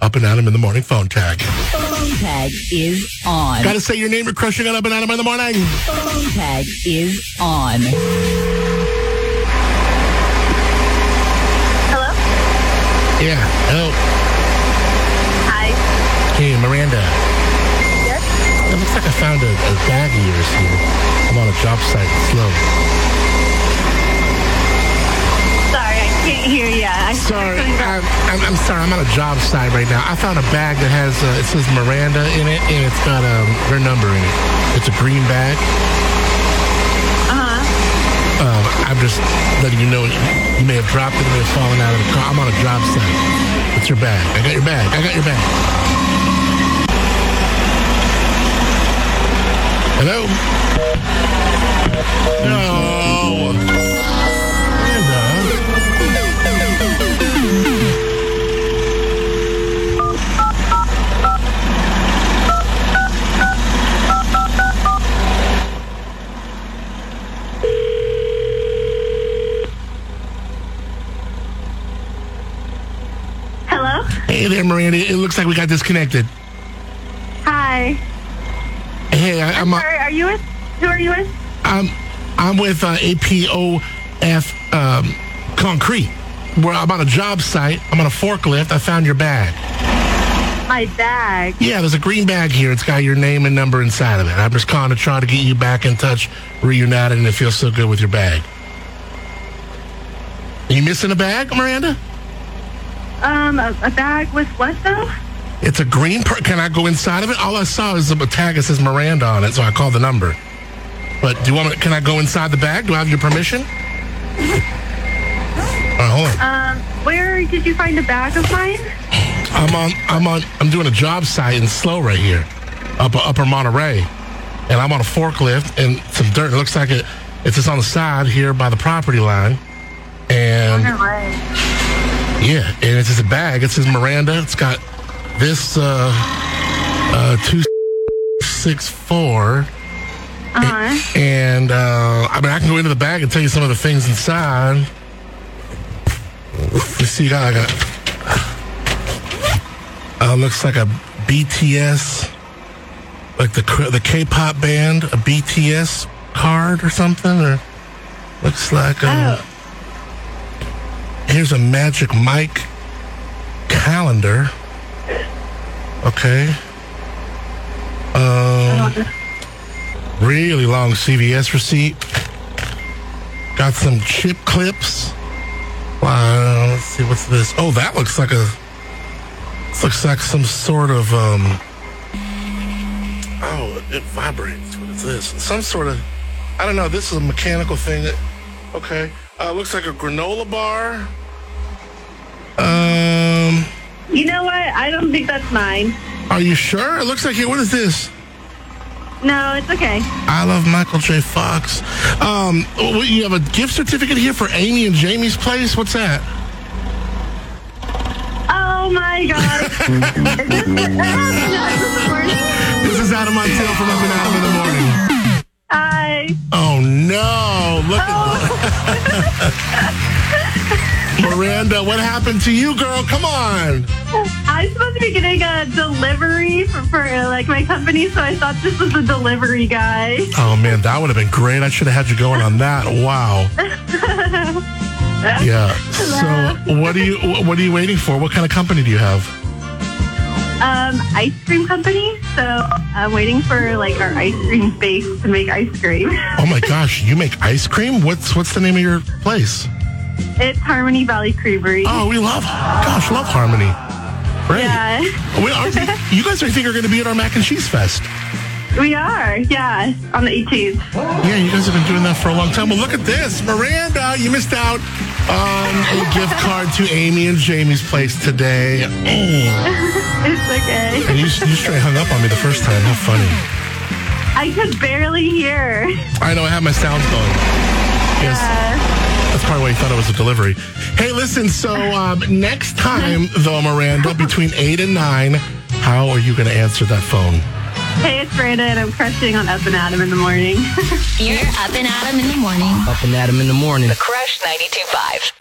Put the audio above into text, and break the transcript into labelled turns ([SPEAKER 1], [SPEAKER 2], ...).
[SPEAKER 1] Up and Adam in the morning phone tag.
[SPEAKER 2] Phone tag is on.
[SPEAKER 1] Gotta say your name or crushing on Up and Adam in the morning.
[SPEAKER 2] Phone tag is on.
[SPEAKER 3] Hello.
[SPEAKER 1] Yeah. Oh,
[SPEAKER 3] Hi.
[SPEAKER 1] hey, Miranda.
[SPEAKER 3] Yes.
[SPEAKER 1] It looks like I found a, a bag of yours here. I'm on a job site in Sloan.
[SPEAKER 3] Sorry, I can't hear you. I-
[SPEAKER 1] Sorry, I'm, I'm, I'm sorry. I'm on a job site right now. I found a bag that has uh, it says Miranda in it, and it's got um, her number in it. It's a green bag.
[SPEAKER 3] Uh-huh.
[SPEAKER 1] Um, I'm just letting you know you may have dropped it, it may have fallen out of the car. I'm on a job site. It's your bag. I got your bag. I got your bag. Hello. No. Miranda.
[SPEAKER 3] Hello.
[SPEAKER 1] Hey there, Miranda. It looks like we got disconnected.
[SPEAKER 3] Hi.
[SPEAKER 1] Hey, I, I'm uh,
[SPEAKER 3] Sorry, are you with? Who are you with?
[SPEAKER 1] I'm I'm with uh, APOF um, Concrete. Where I'm on a job site. I'm on a forklift. I found your bag.
[SPEAKER 3] My bag.
[SPEAKER 1] Yeah, there's a green bag here. It's got your name and number inside of it. I'm just calling to try to get you back in touch, reunited, and it feels so good with your bag. Are you missing a bag, Miranda?
[SPEAKER 3] Um, a, a bag with what though?
[SPEAKER 1] It's a green. Per- Can I go inside of it? All I saw is a tag that says Miranda on it, so I called the number. But do you want me? Can I go inside the bag? Do I have your permission? All right, hold on.
[SPEAKER 3] Um, where did you find a bag of mine?
[SPEAKER 1] I'm on. I'm on. I'm doing a job site in Slow right here, up Upper Monterey, and I'm on a forklift and some dirt. It looks like it. It's just on the side here by the property line, and
[SPEAKER 3] Oh, Right.
[SPEAKER 1] yeah, and it's just a bag. It says Miranda. It's got this uh, uh, two six four.
[SPEAKER 3] Uh-huh.
[SPEAKER 1] And uh, I mean, I can go into the bag and tell you some of the things inside. You see, you got like a uh, looks like a BTS, like the cr- the K-pop band, a BTS card or something, or looks like a, here's a Magic Mike calendar. Okay. really long CVS receipt. Got some chip clips. Wow, let's see what's this. Oh, that looks like a. This looks like some sort of um. Oh, it vibrates. What is this? Some sort of. I don't know. This is a mechanical thing that. Okay. Uh, looks like a granola bar. Um.
[SPEAKER 3] You know what? I don't think that's mine.
[SPEAKER 1] Are you sure? It looks like it. What is this?
[SPEAKER 3] No, it's okay.
[SPEAKER 1] I love Michael J. Fox. Um, what, you have a gift certificate here for Amy and Jamie's place. What's that?
[SPEAKER 3] Oh my god. Is this- this morning?
[SPEAKER 1] This is out of my tail from up and out in the morning.
[SPEAKER 3] Hi.
[SPEAKER 1] Oh no! Look at Miranda. What happened to you, girl? Come on.
[SPEAKER 3] I'm supposed to be getting a delivery for, for like my company, so I thought this was a delivery guy.
[SPEAKER 1] Oh man, that would have been great. I should have had you going on that. Wow. Yeah. So, what are you what are you waiting for? What kind of company do you have?
[SPEAKER 3] um, ice cream company. So I'm waiting for like our ice cream base to make ice cream.
[SPEAKER 1] Oh my gosh, you make ice cream? What's what's the name of your place?
[SPEAKER 3] It's Harmony Valley Creamery.
[SPEAKER 1] Oh, we love, gosh, love Harmony. Right.
[SPEAKER 3] Yeah,
[SPEAKER 1] We are, you guys, I think, are going to be at our Mac and Cheese Fest.
[SPEAKER 3] we are. Yeah, on the 18th.
[SPEAKER 1] Yeah, you guys have been doing that for a long time. Well, look at this. Miranda, you missed out on a gift card to Amy and Jamie's place today. Oh,
[SPEAKER 3] It's okay.
[SPEAKER 1] and you, you straight hung up on me the first time. How funny.
[SPEAKER 3] I could barely hear.
[SPEAKER 1] I know, I have my sounds going. Yes.
[SPEAKER 3] Uh,
[SPEAKER 1] That's probably why he thought it was a delivery. Hey, listen, so um, next time, though, Miranda, between 8 and 9, how are you going to answer that phone?
[SPEAKER 3] hey, it's Brandon. and I'm crushing on Up and Adam in the morning.
[SPEAKER 2] You're up and Adam in the morning.
[SPEAKER 4] Up and at 'em in the morning.
[SPEAKER 5] Crush 92.5.